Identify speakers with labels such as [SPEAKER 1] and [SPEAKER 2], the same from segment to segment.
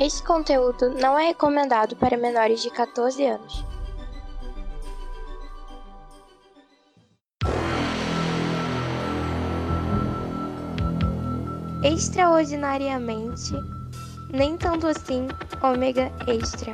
[SPEAKER 1] Esse conteúdo não é recomendado para menores de 14 anos. Extraordinariamente, nem tanto assim, ômega extra.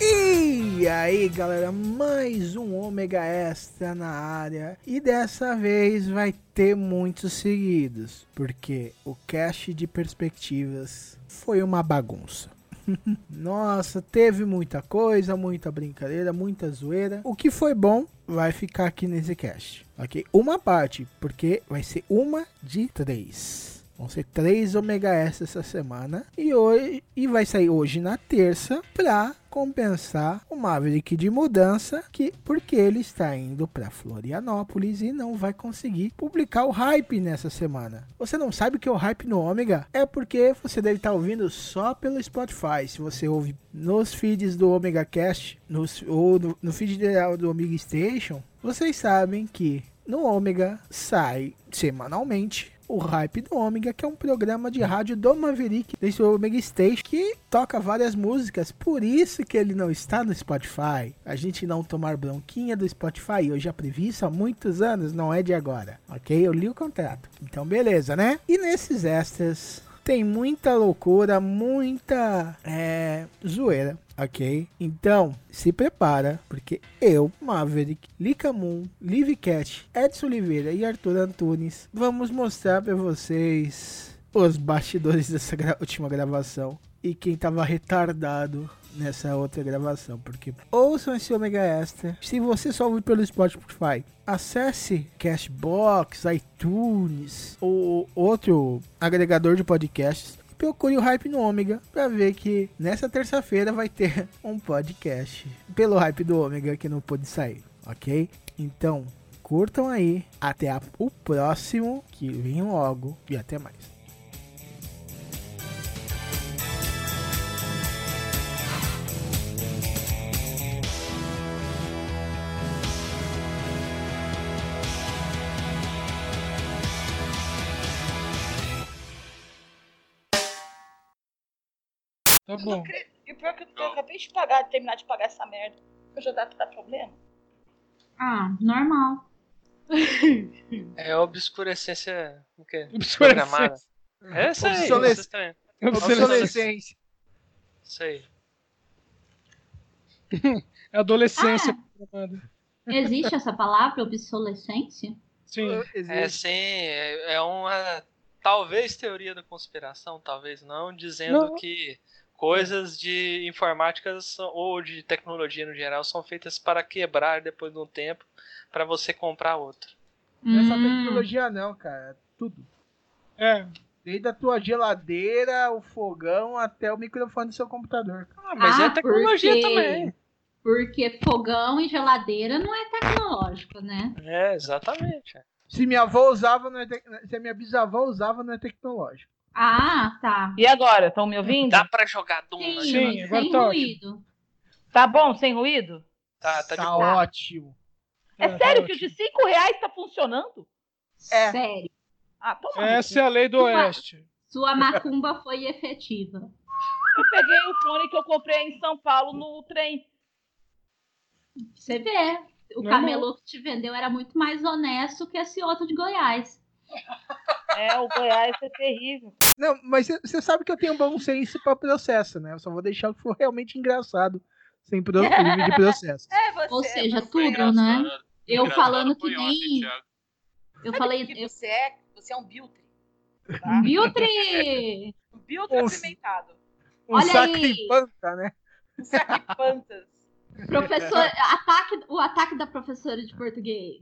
[SPEAKER 2] E aí galera, mais um ômega extra na área e dessa vez vai ter muitos seguidos, porque o cast de perspectivas foi uma bagunça. Nossa, teve muita coisa, muita brincadeira, muita zoeira. O que foi bom vai ficar aqui nesse cast, ok? Uma parte, porque vai ser uma de três. Vão ser três Omega S essa semana. E, hoje, e vai sair hoje na terça pra compensar o Maverick de mudança, que porque ele está indo pra Florianópolis e não vai conseguir publicar o hype nessa semana. Você não sabe o que é o hype no Ômega? É porque você deve estar ouvindo só pelo Spotify. Se você ouve nos feeds do Omega Cast, nos, ou no, no feed geral do Omega Station, vocês sabem que no Ômega sai semanalmente o Hype do Ômega, que é um programa de rádio do Maverick, desse Omega Station, que toca várias músicas, por isso que ele não está no Spotify. A gente não tomar bronquinha do Spotify, eu já previ isso há muitos anos, não é de agora, ok? Eu li o contrato. Então, beleza, né? E nesses extras, tem muita loucura, muita é, zoeira, ok? Então, se prepara, porque eu, Maverick, Lika Moon, Liv Cat, Edson Oliveira e Arthur Antunes vamos mostrar pra vocês os bastidores dessa gra- última gravação e quem tava retardado nessa outra gravação, porque ouçam esse Omega Extra. Se você só ouve pelo Spotify, acesse Cashbox, iTunes ou outro agregador de podcasts. e Procure o Hype no Ômega pra ver que nessa terça-feira vai ter um podcast pelo Hype do Ômega que não pôde sair, ok? Então, curtam aí. Até a- o próximo, que vem logo. E até mais.
[SPEAKER 3] Tá
[SPEAKER 4] Eu
[SPEAKER 3] Tá bom.
[SPEAKER 4] não acredito. E o pior é que eu, eu acabei de pagar, de terminar de pagar essa merda. Eu já dá pra dar problema?
[SPEAKER 5] Ah, normal.
[SPEAKER 6] É obscurecência. O quê? Programada.
[SPEAKER 3] Obsolescência.
[SPEAKER 6] É isso aí.
[SPEAKER 2] Obsolesc-
[SPEAKER 6] vocês também.
[SPEAKER 3] Obsolescência.
[SPEAKER 6] Isso aí.
[SPEAKER 3] É Adolescência programada.
[SPEAKER 5] Existe essa palavra, obsolescência?
[SPEAKER 3] Sim.
[SPEAKER 6] É sim, é é uma talvez teoria da conspiração, talvez não, dizendo
[SPEAKER 3] Não.
[SPEAKER 6] que coisas de informática são- ou de tecnologia no geral são feitas para quebrar depois de um tempo para você comprar outro.
[SPEAKER 2] Não é só
[SPEAKER 5] Hum,
[SPEAKER 2] tecnologia não, cara. É Tudo.
[SPEAKER 3] É.
[SPEAKER 2] Desde a tua geladeira, o fogão, até o microfone do seu computador.
[SPEAKER 6] Ah, mas
[SPEAKER 5] Ah,
[SPEAKER 6] é tecnologia
[SPEAKER 5] porque-
[SPEAKER 6] também.
[SPEAKER 5] Porque fogão e geladeira não é tecnológico, né?
[SPEAKER 6] É, exatamente.
[SPEAKER 2] Se minha avó usava, não é tec... se a minha bisavó usava, não é tecnológico.
[SPEAKER 5] Ah, tá.
[SPEAKER 7] E agora, estão me ouvindo?
[SPEAKER 3] Tá.
[SPEAKER 6] Dá para jogar Doom,
[SPEAKER 5] Sim,
[SPEAKER 6] né?
[SPEAKER 3] Sim, agora
[SPEAKER 5] sem
[SPEAKER 3] tá ótimo.
[SPEAKER 5] ruído.
[SPEAKER 7] Tá bom, sem ruído?
[SPEAKER 6] Tá, tá de
[SPEAKER 2] Tá
[SPEAKER 6] boa.
[SPEAKER 2] ótimo.
[SPEAKER 7] É
[SPEAKER 3] tá
[SPEAKER 7] sério que o
[SPEAKER 3] ótimo.
[SPEAKER 7] de 5 reais tá funcionando?
[SPEAKER 2] É.
[SPEAKER 5] Sério.
[SPEAKER 7] Ah, toma.
[SPEAKER 3] Essa é a lei do
[SPEAKER 5] Ué.
[SPEAKER 3] Oeste.
[SPEAKER 5] Sua macumba foi efetiva.
[SPEAKER 7] Eu peguei o fone que eu comprei em São Paulo no trem.
[SPEAKER 5] Você vê. O
[SPEAKER 3] Normal.
[SPEAKER 5] camelô que te vendeu era muito mais honesto que esse outro de Goiás.
[SPEAKER 7] É, o Goiás é terrível.
[SPEAKER 2] Não, mas você sabe que eu tenho bom senso pra processo, né? Eu só vou deixar o que for realmente engraçado, sem pro... livre de processo.
[SPEAKER 4] É, você.
[SPEAKER 5] Ou seja,
[SPEAKER 4] você-
[SPEAKER 5] tudo, né? Eu
[SPEAKER 8] Engraçado
[SPEAKER 5] falando que
[SPEAKER 8] foi
[SPEAKER 5] nem-
[SPEAKER 8] Ontem, Thiago.
[SPEAKER 5] Eu
[SPEAKER 4] Sabe
[SPEAKER 5] falei.
[SPEAKER 4] o que
[SPEAKER 5] Eu...
[SPEAKER 4] você é? Você é um biltre. Tá?
[SPEAKER 3] Uhum.
[SPEAKER 5] Biltre!
[SPEAKER 4] Um biltre
[SPEAKER 2] Nossa.
[SPEAKER 4] apimentado.
[SPEAKER 2] Um
[SPEAKER 5] Olha
[SPEAKER 2] saco
[SPEAKER 5] aí.
[SPEAKER 2] de panta, né?
[SPEAKER 4] Um saco de plantas.
[SPEAKER 5] Professor, ataque, o ataque da professora de português.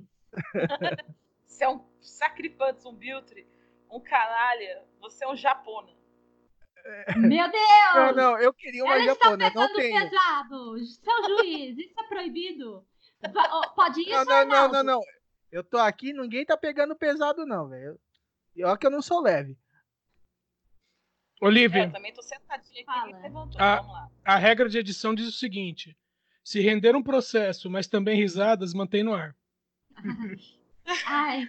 [SPEAKER 4] Você é um sacripantes, um biltre, um canalha, você é um japona.
[SPEAKER 5] Meu Deus!
[SPEAKER 2] Não, não, eu queria uma
[SPEAKER 5] Ela
[SPEAKER 2] japona,
[SPEAKER 5] está
[SPEAKER 2] não
[SPEAKER 5] pegando
[SPEAKER 2] tenho.
[SPEAKER 5] pesado. Seu juiz, isso é proibido. Va- ó, Pode ir,
[SPEAKER 2] Não,
[SPEAKER 5] seu
[SPEAKER 2] não, não,
[SPEAKER 5] Arnaldo?
[SPEAKER 2] não, não. Eu tô aqui, ninguém tá pegando pesado, não, velho. E olha que eu não sou leve.
[SPEAKER 4] É, eu
[SPEAKER 3] Olivia,
[SPEAKER 4] também tô sentadinha aqui,
[SPEAKER 5] Fala.
[SPEAKER 4] ninguém levantou.
[SPEAKER 3] Ah.
[SPEAKER 4] Vamos lá.
[SPEAKER 3] a regra de edição diz o seguinte: se render um processo, mas também risadas, mantém no ar.
[SPEAKER 5] Ai,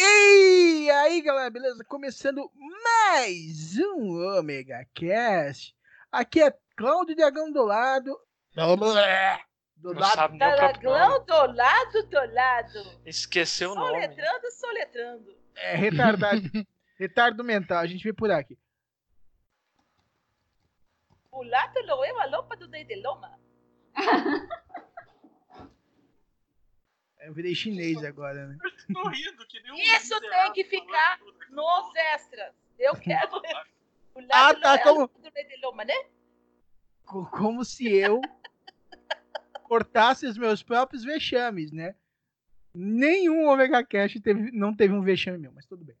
[SPEAKER 2] E aí, galera, beleza? Começando mais um Omega Cast. Aqui é Cláudio Dragão do lado. Do
[SPEAKER 6] Não
[SPEAKER 2] lado.
[SPEAKER 6] sabe nem o próprio nome.
[SPEAKER 4] Talaglão do lado, do lado.
[SPEAKER 6] Esqueceu o nome.
[SPEAKER 4] Soletrando, soletrando.
[SPEAKER 2] É retardado. Retardo mental, a gente vê por aqui.
[SPEAKER 4] O lado não é uma lompa do Deideloma.
[SPEAKER 2] Eu virei chinês agora, né?
[SPEAKER 6] Tô rindo, que nem um
[SPEAKER 4] Isso tem que ficar nos extras. Eu quero. O lado
[SPEAKER 2] Ah, tá,
[SPEAKER 4] não é a
[SPEAKER 2] como-
[SPEAKER 4] lompa do Deideloma, né?
[SPEAKER 2] Co- Como se eu cortasse os meus próprios vexames, né? Nenhum Omega Cast teve, não teve um vexame meu, mas tudo bem.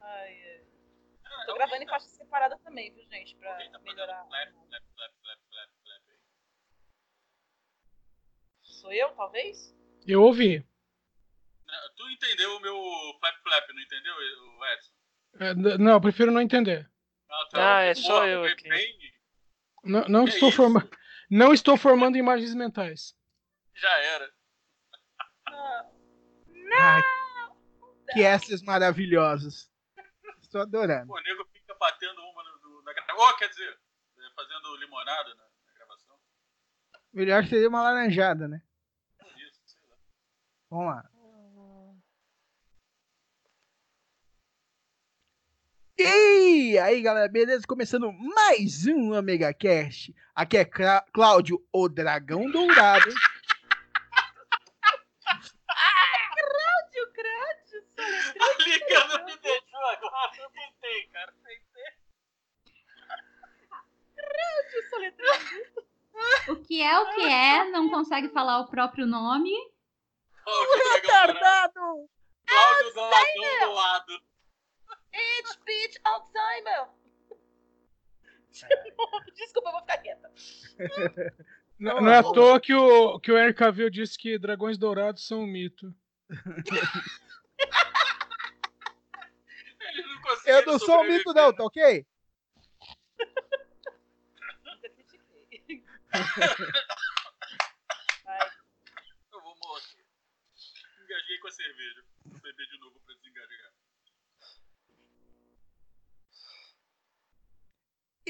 [SPEAKER 4] Ai, ai. Tô gravando em faixa separada também, viu, gente? Pra melhorar. Sou eu, talvez?
[SPEAKER 3] Eu ouvi.
[SPEAKER 8] Tu entendeu o meu flap flap, não entendeu, o Edson?
[SPEAKER 3] É, n- não, eu prefiro não entender.
[SPEAKER 6] Ah, é só eu
[SPEAKER 8] foi
[SPEAKER 6] aqui.
[SPEAKER 8] tá bem-
[SPEAKER 3] Não, não
[SPEAKER 8] Que
[SPEAKER 3] estou
[SPEAKER 8] isso?
[SPEAKER 3] formando. Não estou formando imagens mentais.
[SPEAKER 8] Já era.
[SPEAKER 4] Ah,
[SPEAKER 2] Ai, Ah, que essas maravilhosas. Estou adorando.
[SPEAKER 8] Pô, o nego fica batendo uma no, no- na gravação. Oh, quer dizer, é, fazendo limonada na, na gravação.
[SPEAKER 2] Melhor seria uma laranjada, né?
[SPEAKER 8] Isso, sei lá.
[SPEAKER 2] Vamos lá. E aí, galera, beleza? Começando mais um Omega Cast. Aqui é Clá- Cláudio, o Dragão Dourado.
[SPEAKER 4] tio Grátis,
[SPEAKER 8] A liga não me deixou agora, eu tentei, cara.
[SPEAKER 4] tio Soletrando.
[SPEAKER 5] o que é o que é, não consegue falar o próprio nome.
[SPEAKER 8] Cláudio Dragão do lado.
[SPEAKER 6] É,
[SPEAKER 8] Cláudio Dragão do lado.
[SPEAKER 4] Bitch, bitch, Alzheimer. De novo, desculpa, eu vou ficar quieta.
[SPEAKER 3] Não,
[SPEAKER 2] Ah,
[SPEAKER 3] não é à
[SPEAKER 2] bom.
[SPEAKER 3] toa que o, que o Eric Cavill disse que dragões dourados são um mito.
[SPEAKER 8] Ele não consegue
[SPEAKER 2] Eu não sou o
[SPEAKER 8] sobreviver.
[SPEAKER 2] mito, não, tá ok?
[SPEAKER 4] Nunca critiquei. Ai,
[SPEAKER 8] Eu vou morrer. Engasguei com a cerveja. Vou beber de novo pra desengasgar.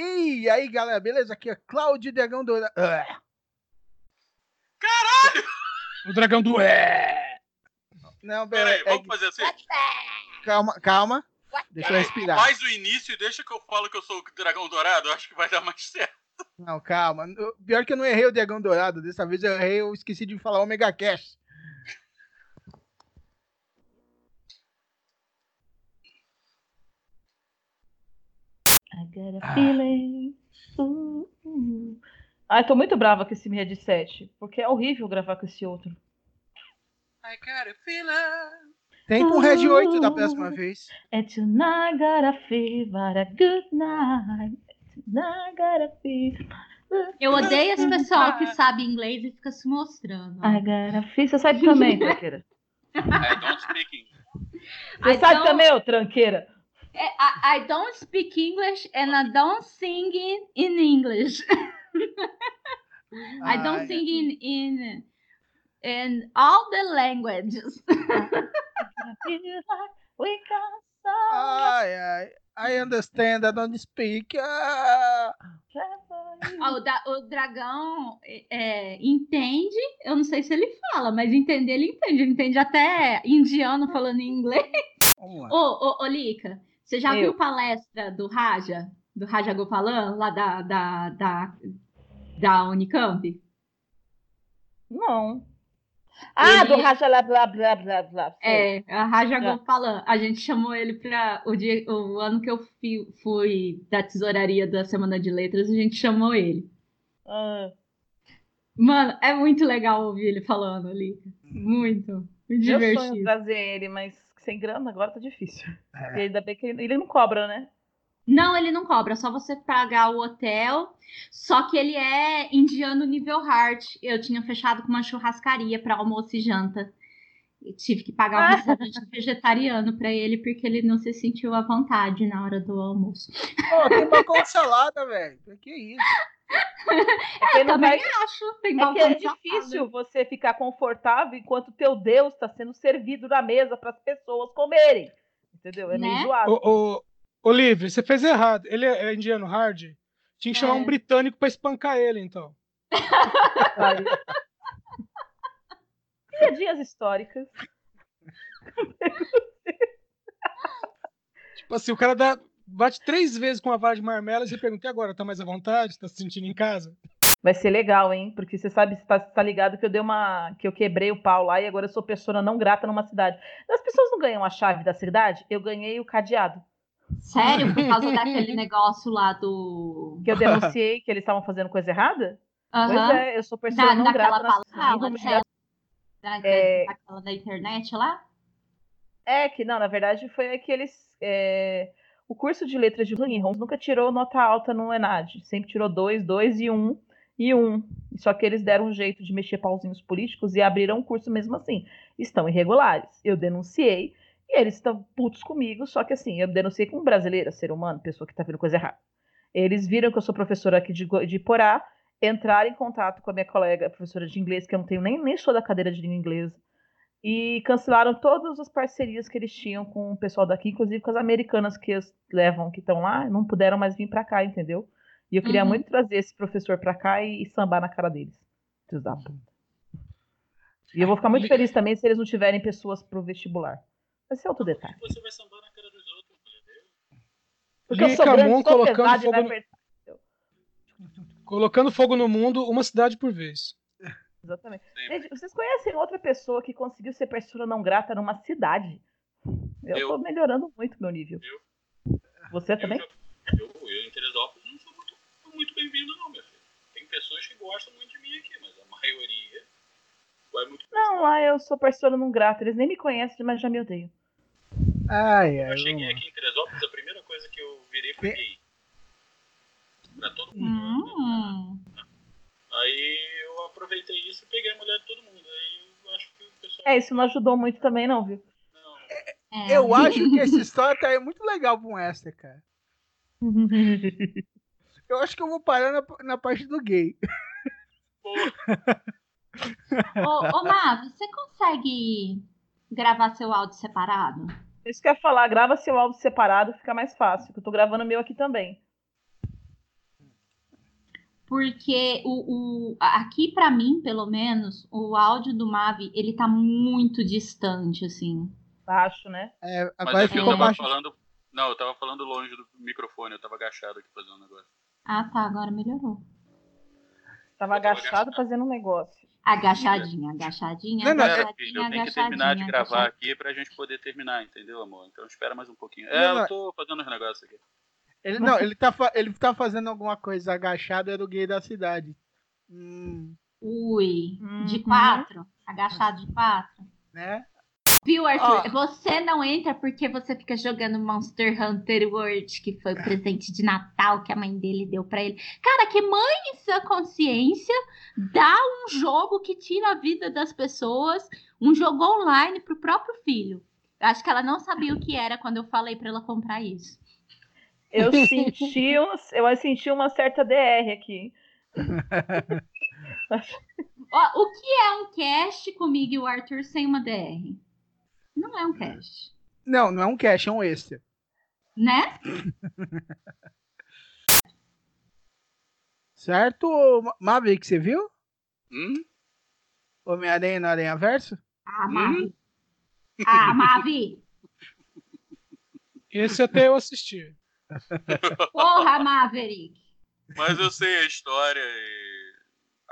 [SPEAKER 2] E aí, galera, beleza? Aqui é Cláudio, Dragão Dourado. Ah,
[SPEAKER 3] O dragão do é.
[SPEAKER 2] Não,
[SPEAKER 8] Pera aí,
[SPEAKER 2] peraí.
[SPEAKER 8] vamos fazer assim?
[SPEAKER 2] Calma, calma. Deixa eu
[SPEAKER 8] Peraí,
[SPEAKER 2] respirar.
[SPEAKER 8] Faz o início e deixa que eu falo que eu sou o dragão dourado, eu acho que vai dar mais certo.
[SPEAKER 2] Não, calma. Eu- Pior que eu não errei o Dragão Dourado. Dessa vez eu errei, eu esqueci de falar Omega Cash.
[SPEAKER 7] I got
[SPEAKER 2] Ah.
[SPEAKER 7] a feeling. Uh, uh. Ai, tô muito brava com esse Mi headset, porque é horrível gravar com esse outro.
[SPEAKER 8] I got a feeling.
[SPEAKER 2] Tem com o Reg 8 da próxima vez.
[SPEAKER 7] And tonight got a fever, a good night. Tonight got a fever.
[SPEAKER 5] Eu odeio
[SPEAKER 2] Hum,
[SPEAKER 5] esse pessoal
[SPEAKER 2] tá.
[SPEAKER 5] que sabe inglês e fica se mostrando.
[SPEAKER 4] Ah.
[SPEAKER 7] I got a fever. Você sabe também, tranqueira.
[SPEAKER 8] I É, don't speak English.
[SPEAKER 4] Ah,
[SPEAKER 7] Você
[SPEAKER 5] I
[SPEAKER 7] sabe
[SPEAKER 4] então
[SPEAKER 5] don't-
[SPEAKER 7] também, ô tranqueira.
[SPEAKER 5] É, I, I don't speak English and I don't sing in, in English. I
[SPEAKER 2] Ah,
[SPEAKER 5] don't sing in, in, in all the languages.
[SPEAKER 7] We got some
[SPEAKER 2] Ai, ai. I understand, I don't speak. Ah.
[SPEAKER 7] trouble.
[SPEAKER 5] Ó, o, da- o dragão é, é, entende, eu não sei se ele fala, mas entender ele entende. Ele entende até indiano falando em inglês.
[SPEAKER 2] Vamos
[SPEAKER 5] Ô,
[SPEAKER 2] lá.
[SPEAKER 5] ô, ô, Lica, você já
[SPEAKER 7] Eu.
[SPEAKER 5] viu palestra do Raja? Do Raja Gopalan, lá da, da, da, da Unicamp?
[SPEAKER 7] Não. Ah,
[SPEAKER 5] Ele-
[SPEAKER 7] do racha blá blá blá blá blá. sei.
[SPEAKER 5] É, a Raja
[SPEAKER 7] Já.
[SPEAKER 5] Gopalan. A gente chamou ele para o, dia- o ano que eu fi- fui da tesouraria da Semana de Letras, a gente chamou ele.
[SPEAKER 7] Ah,
[SPEAKER 5] Mano, é muito legal ouvir ele falando, Lica. Muito. Muito
[SPEAKER 7] meu sonho é
[SPEAKER 5] divertido.
[SPEAKER 7] trazer ele, mas sem grana agora tá difícil. E ainda bem que ele, ele não cobra, né?
[SPEAKER 5] Não, ele não cobra, é só você pagar o hotel. Só que ele é indiano nível hard. Eu tinha fechado com uma churrascaria para almoço e janta. eu tive que pagar um restaurante vegetariano pra ele porque ele não se sentiu à vontade na hora do almoço.
[SPEAKER 2] Pô, tem balcão de salada, velho. Que é isso?
[SPEAKER 4] Quem
[SPEAKER 7] É,
[SPEAKER 5] Eu
[SPEAKER 4] não
[SPEAKER 5] também
[SPEAKER 4] vai-
[SPEAKER 5] acho. Tem
[SPEAKER 4] É que é
[SPEAKER 5] balcão de salada.
[SPEAKER 4] difícil você ficar confortável enquanto teu Deus está sendo servido na mesa para as pessoas comerem. Entendeu? É meio
[SPEAKER 5] Né?
[SPEAKER 4] zoado.
[SPEAKER 3] Ô, ô, Olivia, você fez errado. Ele é é indiano hard? Tinha que chamar
[SPEAKER 5] É.
[SPEAKER 3] um britânico pra espancar ele, então.
[SPEAKER 5] Né?
[SPEAKER 4] Piadinhas históricas.
[SPEAKER 3] Tipo assim, o cara dá, bate três vezes com a vara de marmelo e você pergunta, e agora, tá mais à vontade? Tá se sentindo em casa?
[SPEAKER 4] Vai ser legal, hein? Porque você sabe, você tá, tá ligado que eu dei uma. que eu quebrei o pau lá e agora eu sou pessoa não grata numa cidade. As pessoas não ganham a chave da cidade, eu ganhei o cadeado.
[SPEAKER 5] Sério, por causa daquele negócio lá do.
[SPEAKER 4] Que eu denunciei que eles estavam fazendo coisa errada? Pois
[SPEAKER 5] Aham.
[SPEAKER 4] é, eu sou pessoa
[SPEAKER 5] Da,
[SPEAKER 4] não grata
[SPEAKER 5] daquela
[SPEAKER 4] na
[SPEAKER 5] palavra,
[SPEAKER 4] cidade.
[SPEAKER 5] né? Da,
[SPEAKER 4] É.
[SPEAKER 5] Daquela da internet lá?
[SPEAKER 4] É que, não, na verdade foi aqueles. é, O curso de letras de Rolling Holmes nunca tirou nota alta no Enad. Sempre tirou dois, dois e um e um. Só que eles deram um jeito de mexer pauzinhos políticos e abriram o curso mesmo assim. Estão irregulares. Eu denunciei e eles estão putos comigo. Só que assim, eu denunciei como brasileira, ser humano, pessoa que tá vendo coisa errada. Eles viram que eu sou professora aqui de, Go- de Porá, entraram em contato com a minha colega professora de inglês, que eu não tenho nem, nem sou da cadeira de língua inglesa e cancelaram todas as parcerias que eles tinham com o pessoal daqui, inclusive com as americanas que as levam, que estão lá, não puderam mais vir pra cá, entendeu? E eu queria
[SPEAKER 5] Uhum.
[SPEAKER 4] muito trazer esse professor pra cá e, e sambar na cara deles. Filhos da puta. E eu vou ficar muito feliz também se eles não tiverem pessoas pro vestibular. Esse é outro detalhe.
[SPEAKER 8] Você vai sambar na cara dos outros.
[SPEAKER 4] Porque eu
[SPEAKER 3] Lee
[SPEAKER 4] sou
[SPEAKER 3] Camon
[SPEAKER 4] grande, sou
[SPEAKER 3] colocando
[SPEAKER 4] pesada e
[SPEAKER 3] fogo
[SPEAKER 4] vai
[SPEAKER 3] no-
[SPEAKER 4] apertar.
[SPEAKER 3] Colocando fogo no mundo, uma cidade por vez.
[SPEAKER 4] Exatamente.
[SPEAKER 8] Sempre.
[SPEAKER 4] Gente, Né, vocês conhecem outra pessoa que conseguiu ser persona não grata numa cidade? Eu,
[SPEAKER 8] Eu.
[SPEAKER 4] tô melhorando muito meu nível.
[SPEAKER 8] Eu.
[SPEAKER 4] Você também?
[SPEAKER 8] Eu, eu em Teresópolis não sou muito, muito bem-vindo, não, meu filho. Tem pessoas que gostam muito de mim aqui, mas a maioria vai muito pra
[SPEAKER 4] Não, lá eu sou persona não grata. Eles nem me conhecem, mas já me odeiam.
[SPEAKER 2] Ai, ai.
[SPEAKER 8] Eu cheguei
[SPEAKER 2] vamos lá.
[SPEAKER 8] é aqui em Teresópolis, a primeira coisa que eu virei foi
[SPEAKER 2] Pe-
[SPEAKER 8] gay. Pra todo mundo.
[SPEAKER 5] Hum.
[SPEAKER 8] Aí eu aproveitei isso e peguei a mulher de todo mundo. Aí eu acho que o pessoal.
[SPEAKER 4] É, isso não ajudou muito também, não, viu?
[SPEAKER 8] Não,
[SPEAKER 5] É.
[SPEAKER 2] Eu acho que essa história tá aí muito legal pra um extra, cara. Eu acho que eu vou parar na, na parte do gay.
[SPEAKER 5] Ô, ô Má, você consegue gravar seu áudio separado?
[SPEAKER 4] Isso que eu ia falar, grava seu álbum separado, fica mais fácil. que Eu tô gravando o meu aqui também.
[SPEAKER 5] Porque o, o- a- aqui pra mim, pelo menos, o áudio do Mavi, ele tá muito distante, assim.
[SPEAKER 4] Acho, né?
[SPEAKER 2] É,
[SPEAKER 8] Mas
[SPEAKER 2] agora
[SPEAKER 8] é que eu
[SPEAKER 2] ficou
[SPEAKER 8] tava
[SPEAKER 2] baixo.
[SPEAKER 8] falando. Não, eu tava falando longe do microfone, eu tava agachado aqui fazendo um negócio.
[SPEAKER 5] Ah, tá, agora melhorou.
[SPEAKER 4] Tava
[SPEAKER 8] Eu tava
[SPEAKER 4] agachado
[SPEAKER 8] agachado.
[SPEAKER 4] fazendo um negócio.
[SPEAKER 5] Agachadinha, agachadinha,
[SPEAKER 2] Não, não, é-
[SPEAKER 8] Pera,
[SPEAKER 5] agachadinha,
[SPEAKER 8] filho, eu tenho que
[SPEAKER 5] agachadinha, tá
[SPEAKER 8] terminar de gravar
[SPEAKER 5] agachadinha.
[SPEAKER 8] aqui pra gente poder terminar, entendeu, amor? Então espera mais um pouquinho.
[SPEAKER 2] Não,
[SPEAKER 8] É,
[SPEAKER 2] não.
[SPEAKER 8] eu tô fazendo uns negócios aqui.
[SPEAKER 2] Ele, não, ele tá, fa- ele tá fazendo alguma coisa agachado, era o gay da cidade. Hum,
[SPEAKER 5] Ui, de
[SPEAKER 4] Uhum.
[SPEAKER 5] quatro, agachado de quatro.
[SPEAKER 2] né?
[SPEAKER 5] Viu, Arthur? Você não entra porque você fica jogando Monster Hunter World, que foi o presente de Natal que a mãe dele deu pra ele. Cara, que mãe em sua consciência dá um jogo que tira a vida das pessoas, um jogo online pro próprio filho. Eu acho que ela não sabia o que era quando eu falei pra ela comprar isso.
[SPEAKER 4] Eu senti, um, eu senti uma certa DR aqui.
[SPEAKER 5] Ó, o que é um cast comigo e o Arthur sem uma DR? Não é um cast,
[SPEAKER 2] Não, não é um cash, é um extra.
[SPEAKER 5] né?
[SPEAKER 2] Certo, ô, Ma- Maverick, você viu?
[SPEAKER 8] Hum?
[SPEAKER 2] Homem-Aranha no Aranha Verso?
[SPEAKER 5] Ah, Mavi. Ah, Mavi.
[SPEAKER 3] Esse até eu assisti.
[SPEAKER 5] Porra, Maverick.
[SPEAKER 8] Mas eu sei a história e.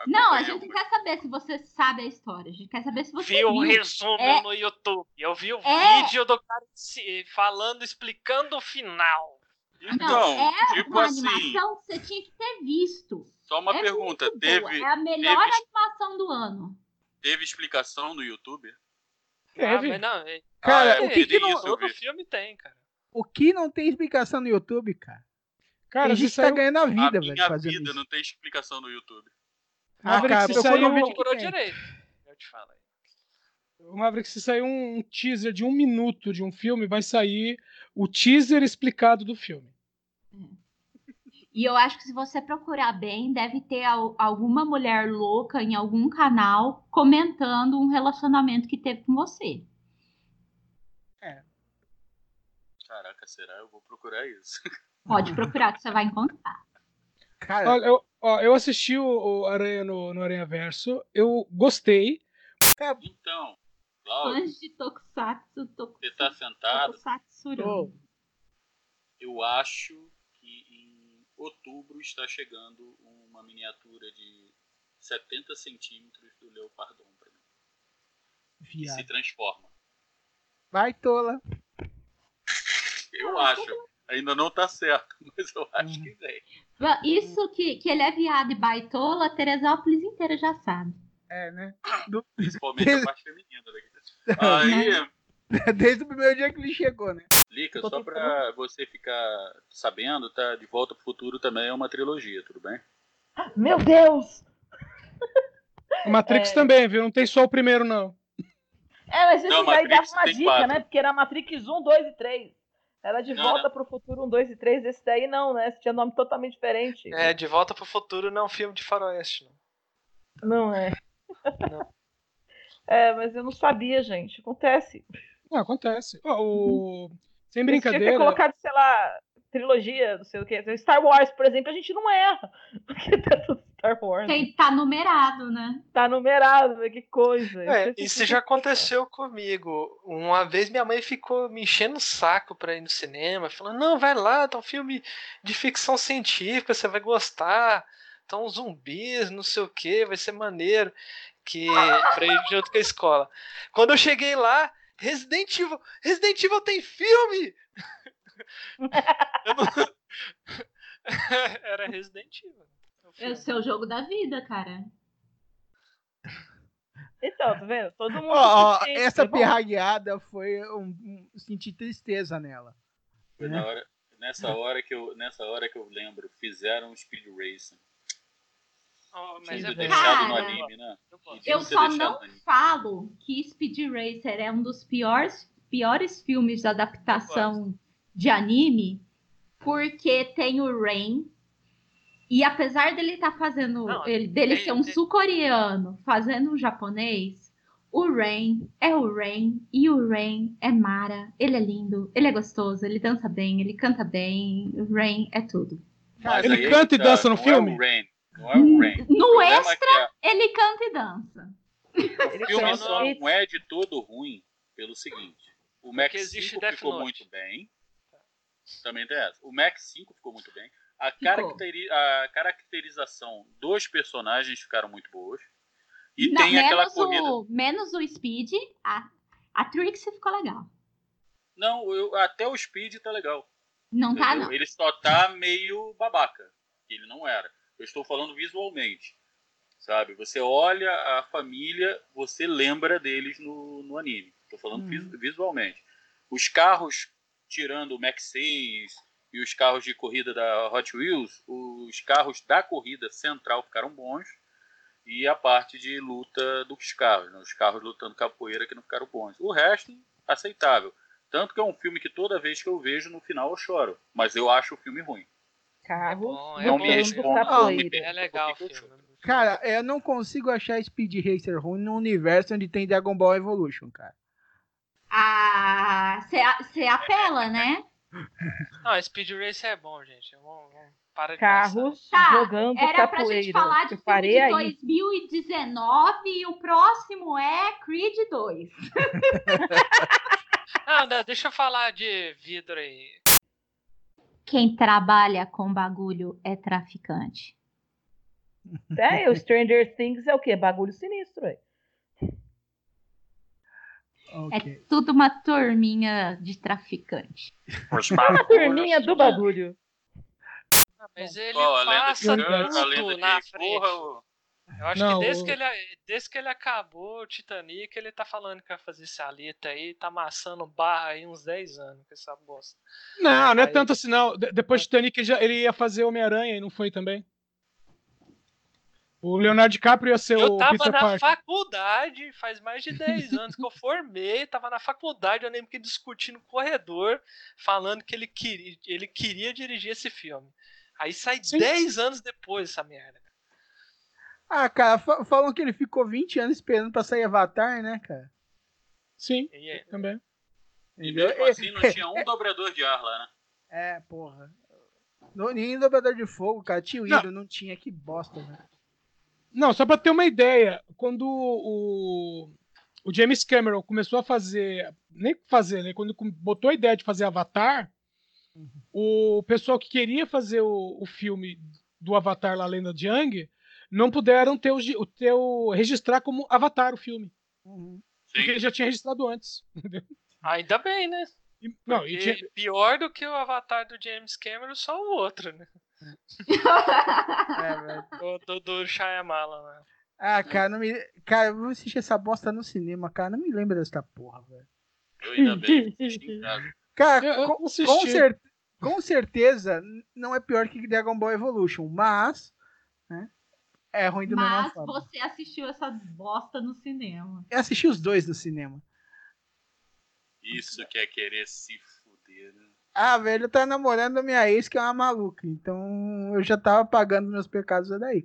[SPEAKER 5] Não, a
[SPEAKER 8] acompanhei
[SPEAKER 5] gente não
[SPEAKER 8] algumas-
[SPEAKER 5] quer saber se você sabe a história. A gente quer saber se você
[SPEAKER 6] Vi um
[SPEAKER 5] viu.
[SPEAKER 6] resumo
[SPEAKER 5] É.
[SPEAKER 6] no YouTube. Eu vi o
[SPEAKER 5] É.
[SPEAKER 6] vídeo do cara se- falando, explicando o final.
[SPEAKER 5] Não,
[SPEAKER 8] Então,
[SPEAKER 5] é
[SPEAKER 8] tipo
[SPEAKER 5] uma
[SPEAKER 8] assim,
[SPEAKER 5] animação que você tinha que ter visto.
[SPEAKER 8] só uma
[SPEAKER 5] é
[SPEAKER 8] pergunta.
[SPEAKER 5] Muito boa.
[SPEAKER 8] Teve,
[SPEAKER 5] é a melhor
[SPEAKER 8] teve-
[SPEAKER 5] animação do ano.
[SPEAKER 8] teve explicação no YouTube?
[SPEAKER 6] Ah,
[SPEAKER 3] Teve.
[SPEAKER 6] mas não, é-
[SPEAKER 2] Cara,
[SPEAKER 8] Ah,
[SPEAKER 2] o
[SPEAKER 8] é,
[SPEAKER 2] que que
[SPEAKER 8] tem
[SPEAKER 2] não-
[SPEAKER 8] isso, eu
[SPEAKER 6] todo
[SPEAKER 8] vi.
[SPEAKER 6] filme tem, cara.
[SPEAKER 2] O que não tem explicação no YouTube, cara?
[SPEAKER 3] Cara,
[SPEAKER 2] tem
[SPEAKER 3] se
[SPEAKER 2] gente que tá
[SPEAKER 3] saiu...
[SPEAKER 2] ganhando a vida, né?
[SPEAKER 8] a
[SPEAKER 2] velho,
[SPEAKER 8] minha
[SPEAKER 2] fazendo
[SPEAKER 8] vida
[SPEAKER 2] isso.
[SPEAKER 8] não tem explicação no YouTube.
[SPEAKER 2] Ah,
[SPEAKER 3] Maverick,
[SPEAKER 2] cara,
[SPEAKER 3] se
[SPEAKER 2] procura
[SPEAKER 3] saiu-
[SPEAKER 2] um vídeo que
[SPEAKER 6] Procurou
[SPEAKER 2] tem.
[SPEAKER 6] direito. Eu te falo aí.
[SPEAKER 3] O Maverick, se sair um, um teaser de um minuto de um filme, vai sair o teaser explicado do filme.
[SPEAKER 5] E eu acho que se você procurar bem, deve ter al- alguma mulher louca em algum canal comentando um relacionamento que teve com você.
[SPEAKER 8] Caraca, será? Eu vou procurar isso.
[SPEAKER 5] Pode procurar que você vai encontrar.
[SPEAKER 2] Cara,
[SPEAKER 3] Olha, eu, ó, eu assisti o, o Aranha no, no Aranha Verso, eu gostei.
[SPEAKER 2] tá
[SPEAKER 8] Então, Cláudio,
[SPEAKER 5] Fãs de Tokusatsu,
[SPEAKER 8] você
[SPEAKER 5] Tokusatsu,
[SPEAKER 8] tá sentado.
[SPEAKER 5] Tokusatsurama.
[SPEAKER 8] Eu acho que em outubro está chegando uma miniatura de 70 centímetros do Leopardon pra mim. Que se
[SPEAKER 2] viado.
[SPEAKER 8] transforma.
[SPEAKER 2] Vai, tola.
[SPEAKER 8] Eu acho. Ainda não tá certo, mas eu
[SPEAKER 2] Uhum.
[SPEAKER 8] acho que vem.
[SPEAKER 5] Bom, Isso que, que ele é viado e baitola, Teresópolis inteira já sabe.
[SPEAKER 2] É, né?
[SPEAKER 8] Principalmente a parte feminina daqui. Aí,
[SPEAKER 2] Desde o primeiro dia que ele chegou, né?
[SPEAKER 8] Lica,
[SPEAKER 7] Tô
[SPEAKER 8] só pra você ficar sabendo, tá? De Volta pro Futuro também é uma trilogia, tudo bem?
[SPEAKER 7] Meu Deus!
[SPEAKER 3] O
[SPEAKER 6] É.
[SPEAKER 3] Matrix também, viu? Não tem só o primeiro, não.
[SPEAKER 7] É, mas esse
[SPEAKER 8] Não,
[SPEAKER 7] daí dava
[SPEAKER 8] Matrix
[SPEAKER 7] uma
[SPEAKER 8] tem
[SPEAKER 7] dica,
[SPEAKER 8] quatro.
[SPEAKER 7] né? Porque era Matrix 1, 2 e 3. Era de
[SPEAKER 8] Não,
[SPEAKER 7] volta pro futuro 1, 2 e 3. Esse daí não, né? Esse tinha nome totalmente diferente.
[SPEAKER 6] É, De Volta pro Futuro não é um filme de faroeste. Não.
[SPEAKER 7] Não é.
[SPEAKER 6] Não.
[SPEAKER 7] É, mas eu não sabia, gente. Acontece.
[SPEAKER 3] Ah, acontece. Ó, o... Sem
[SPEAKER 7] Eles tinham que ter
[SPEAKER 3] brincadeira.
[SPEAKER 7] colocado, sei lá, trilogia, não sei o quê. Star Wars, por exemplo, a gente não erra. Porque tá tudo Star Wars.
[SPEAKER 5] Tem, tá numerado, né?
[SPEAKER 7] Tá numerado, que coisa.
[SPEAKER 6] É, isso já aconteceu comigo. Uma vez minha mãe ficou me enchendo o saco pra ir no cinema, falando: não, vai lá, tá um filme de ficção científica, você vai gostar. Tão zumbis, não sei o que, vai ser maneiro. Que pra ir junto com a escola. Quando eu cheguei lá, Resident Evil. Resident Evil tem filme! Eu não- Era Resident Evil. o
[SPEAKER 5] É
[SPEAKER 6] filme.
[SPEAKER 5] o seu jogo da vida, cara.
[SPEAKER 7] Então, tá vendo? Todo mundo.
[SPEAKER 2] Ó, ó,
[SPEAKER 7] tem-
[SPEAKER 2] essa
[SPEAKER 7] Bom,
[SPEAKER 2] pirralhada foi um, um- Senti tristeza nela.
[SPEAKER 8] Foi na hora- nessa, hora que eu, nessa hora que eu lembro, fizeram um Speed Racing.
[SPEAKER 6] Oh, mas
[SPEAKER 8] Tinha
[SPEAKER 6] é
[SPEAKER 8] deixado no
[SPEAKER 5] Cara.
[SPEAKER 6] verdade.
[SPEAKER 8] anime, né?
[SPEAKER 5] Eu
[SPEAKER 8] Deviam ter
[SPEAKER 5] só
[SPEAKER 8] deixado
[SPEAKER 5] não
[SPEAKER 8] no anime.
[SPEAKER 5] falo que Speed Racer é um dos piores, piores filmes de adaptação de anime, porque tem o Rain. E apesar dele estar fazendo.
[SPEAKER 6] Não,
[SPEAKER 5] ele- dele
[SPEAKER 6] tem-
[SPEAKER 5] ser um
[SPEAKER 6] tem-
[SPEAKER 5] sul-coreano fazendo um japonês, o Rain é o Rain. E o Rain é Mara. Ele é lindo, ele é gostoso, ele dança bem, ele canta bem. O Rain é tudo.
[SPEAKER 8] Mas
[SPEAKER 3] Ele
[SPEAKER 8] aí é
[SPEAKER 3] canta
[SPEAKER 8] que
[SPEAKER 3] e dança no
[SPEAKER 8] não É
[SPEAKER 3] filme?
[SPEAKER 8] o Rain. Não é o Rain. O
[SPEAKER 5] Hum, No
[SPEAKER 8] problema
[SPEAKER 5] extra,
[SPEAKER 8] é que a-
[SPEAKER 5] ele canta e dança.
[SPEAKER 8] O
[SPEAKER 7] Ele
[SPEAKER 8] filme
[SPEAKER 7] fez
[SPEAKER 8] só
[SPEAKER 7] isso.
[SPEAKER 8] não é de todo ruim pelo seguinte. O Max
[SPEAKER 6] existe
[SPEAKER 8] 5
[SPEAKER 6] Death
[SPEAKER 8] ficou
[SPEAKER 6] Note.
[SPEAKER 8] muito bem. Também tem essa. O Max 5 ficou muito bem. A, caracteri- a caracterização dos personagens ficaram muito boas. E
[SPEAKER 5] Não,
[SPEAKER 8] tem aquela
[SPEAKER 5] menos
[SPEAKER 8] corrida.
[SPEAKER 5] O, menos o Speed, a, a Trixie ficou legal.
[SPEAKER 8] Não, eu- até o Speed tá legal.
[SPEAKER 5] Não tá,
[SPEAKER 8] entendeu?
[SPEAKER 5] não.
[SPEAKER 8] Ele só tá meio babaca. que Ele não era. Eu estou falando visualmente. Sabe? Você olha a família, você lembra deles no, no anime. Estou falando
[SPEAKER 5] Hum.
[SPEAKER 8] vis- visualmente. Os carros, tirando o Max 6 e os carros de corrida da Hot Wheels, os carros da corrida central ficaram bons. E a parte de luta dos carros, né? os carros lutando capoeira que não ficaram bons. O resto, aceitável. Tanto que é um filme que toda vez que eu vejo, no final eu choro. Mas eu acho o filme ruim.
[SPEAKER 7] Carros
[SPEAKER 6] bom,
[SPEAKER 8] Não
[SPEAKER 6] bom,
[SPEAKER 8] me
[SPEAKER 6] é
[SPEAKER 8] responda, não me
[SPEAKER 7] capoeira.
[SPEAKER 6] É legal o filme.
[SPEAKER 2] Cara, eu não consigo achar Speed Racer ruim num universo onde tem Dragon Ball Evolution, cara.
[SPEAKER 5] Ah, você apela, né?
[SPEAKER 6] Não, Speed Racer é bom, gente. Vamos, vamos, para de
[SPEAKER 7] Carros
[SPEAKER 5] Tá,
[SPEAKER 7] jogando
[SPEAKER 5] Era pra
[SPEAKER 7] capoeira.
[SPEAKER 5] gente falar de
[SPEAKER 7] eu
[SPEAKER 5] filme
[SPEAKER 7] parei
[SPEAKER 5] de
[SPEAKER 7] aí.
[SPEAKER 5] 2019 e o próximo é Creed 2.
[SPEAKER 6] pensar. Não, não, deixa eu falar de vidro aí.
[SPEAKER 5] Quem trabalha com bagulho é traficante.
[SPEAKER 7] É, o Stranger Things é o quê? Bagulho sinistro, aí.
[SPEAKER 5] É
[SPEAKER 2] Ok.
[SPEAKER 5] tudo uma turminha de traficante.
[SPEAKER 8] Tá
[SPEAKER 7] A turminha do bagulho.
[SPEAKER 6] Ah, Mas ele
[SPEAKER 8] Ó, a lenda de
[SPEAKER 6] passa
[SPEAKER 8] Gans, a
[SPEAKER 6] tudo na
[SPEAKER 8] lenda de
[SPEAKER 6] frente.
[SPEAKER 8] Corra, o-
[SPEAKER 6] Eu acho
[SPEAKER 3] Não,
[SPEAKER 6] que desde,
[SPEAKER 3] o-
[SPEAKER 6] que, ele, desde que ele acabou o Titanic, ele tá falando que vai fazer esse alita aí, tá amassando barra aí uns 10 anos com essa bosta.
[SPEAKER 3] Não, não é
[SPEAKER 6] Aí-
[SPEAKER 3] tanto assim, não. De- depois de Titanic, ele, já- ele ia fazer Homem-Aranha e não foi também? O Leonardo DiCaprio ia ser
[SPEAKER 6] Eu
[SPEAKER 3] o
[SPEAKER 6] tava
[SPEAKER 3] Peter
[SPEAKER 6] na
[SPEAKER 3] Parker.
[SPEAKER 6] faculdade, faz mais de 10 anos que eu formei, tava na faculdade, eu lembro que discuti no corredor, falando que ele queria, ele queria dirigir esse filme. Aí sai
[SPEAKER 3] Sim.
[SPEAKER 6] 10 anos depois essa merda.
[SPEAKER 2] Ah, cara, fa- falam que ele ficou 20 anos esperando pra sair Avatar, né, cara?
[SPEAKER 3] Sim,
[SPEAKER 6] E é-
[SPEAKER 3] também.
[SPEAKER 8] E mesmo assim não tinha um dobrador de ar lá, né?
[SPEAKER 2] É, porra. No, nem dobrador de fogo, cara. Tinha o
[SPEAKER 3] Não.
[SPEAKER 2] Hidro, não tinha. Que bosta, né?
[SPEAKER 3] Não, só pra ter uma ideia, quando o, o James Cameron começou a fazer, nem fazer, né? Quando com- botou a ideia de fazer Avatar, o pessoal que queria fazer o, o filme do Avatar lá, a Lenda de Yang, não puderam ter o, gi- o- ter o- registrar como Avatar o filme, porque
[SPEAKER 8] Sim.
[SPEAKER 3] ele já tinha registrado antes. entendeu?
[SPEAKER 6] Ainda bem, né?
[SPEAKER 3] E- não, e
[SPEAKER 6] Porque
[SPEAKER 3] tinha-
[SPEAKER 6] Pior do que o avatar do James Cameron, só o outro, né?
[SPEAKER 2] É, velho.
[SPEAKER 6] Do, do, do Shyamalan, né?
[SPEAKER 2] Ah, cara, não me. Cara, eu vou assistir essa bosta no cinema, cara. Não me lembra dessa porra, velho.
[SPEAKER 8] Eu ainda bem. assisti em casa.
[SPEAKER 2] Cara,
[SPEAKER 3] eu, eu
[SPEAKER 2] é, com,
[SPEAKER 3] assisti.
[SPEAKER 2] com cer- com certeza n- não é pior que Dragon Ball Evolution, mas. Né, é ruim do mesmo
[SPEAKER 5] Mas
[SPEAKER 2] forma.
[SPEAKER 5] você assistiu essa bosta no cinema.
[SPEAKER 2] Eu assisti os dois no cinema.
[SPEAKER 8] Isso que é querer se fuder, né?
[SPEAKER 2] Ah, velho, eu tava namorando a minha ex, que é uma maluca. Então eu já tava pagando meus pecados daí.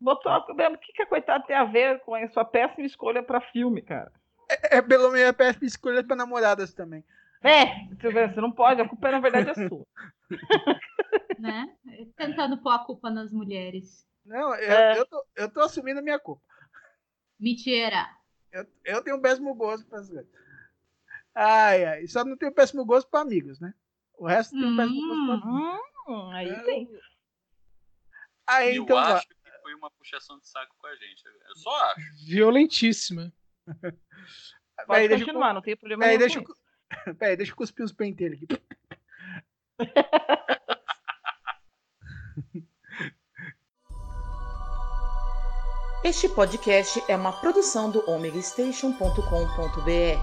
[SPEAKER 7] Botou a... O que, que a coitada tem a ver com a sua péssima escolha pra filme, cara?
[SPEAKER 2] É pelo menos a péssima escolha pra namoradas também.
[SPEAKER 7] É, você vê, você não pode, a culpa na verdade é sua.
[SPEAKER 5] né? Tentando pôr a culpa nas mulheres.
[SPEAKER 2] Não, eu,
[SPEAKER 7] É.
[SPEAKER 2] eu, tô, eu tô assumindo a minha culpa.
[SPEAKER 5] Mentira.
[SPEAKER 2] Eu, eu tenho um péssimo gosto pra coisas. Ai, ai. Só não tenho péssimo gosto pra amigos, né? O resto tem um péssimo gosto pra
[SPEAKER 5] Hum.
[SPEAKER 2] amigos.
[SPEAKER 7] Hum, aí tem.
[SPEAKER 2] Aí,
[SPEAKER 8] eu
[SPEAKER 2] então, ó,
[SPEAKER 8] acho que foi uma puxação de saco com a gente. Eu só acho.
[SPEAKER 3] Violentíssima.
[SPEAKER 7] Pode
[SPEAKER 2] peraí, deixa eu
[SPEAKER 7] continuar, não tem problema
[SPEAKER 2] Peraí,
[SPEAKER 7] nenhum
[SPEAKER 2] É, deixa eu
[SPEAKER 7] com isso.
[SPEAKER 2] Peraí, deixa eu cuspir os penteiros aqui.
[SPEAKER 9] Este podcast é uma produção do omegastation.com.br.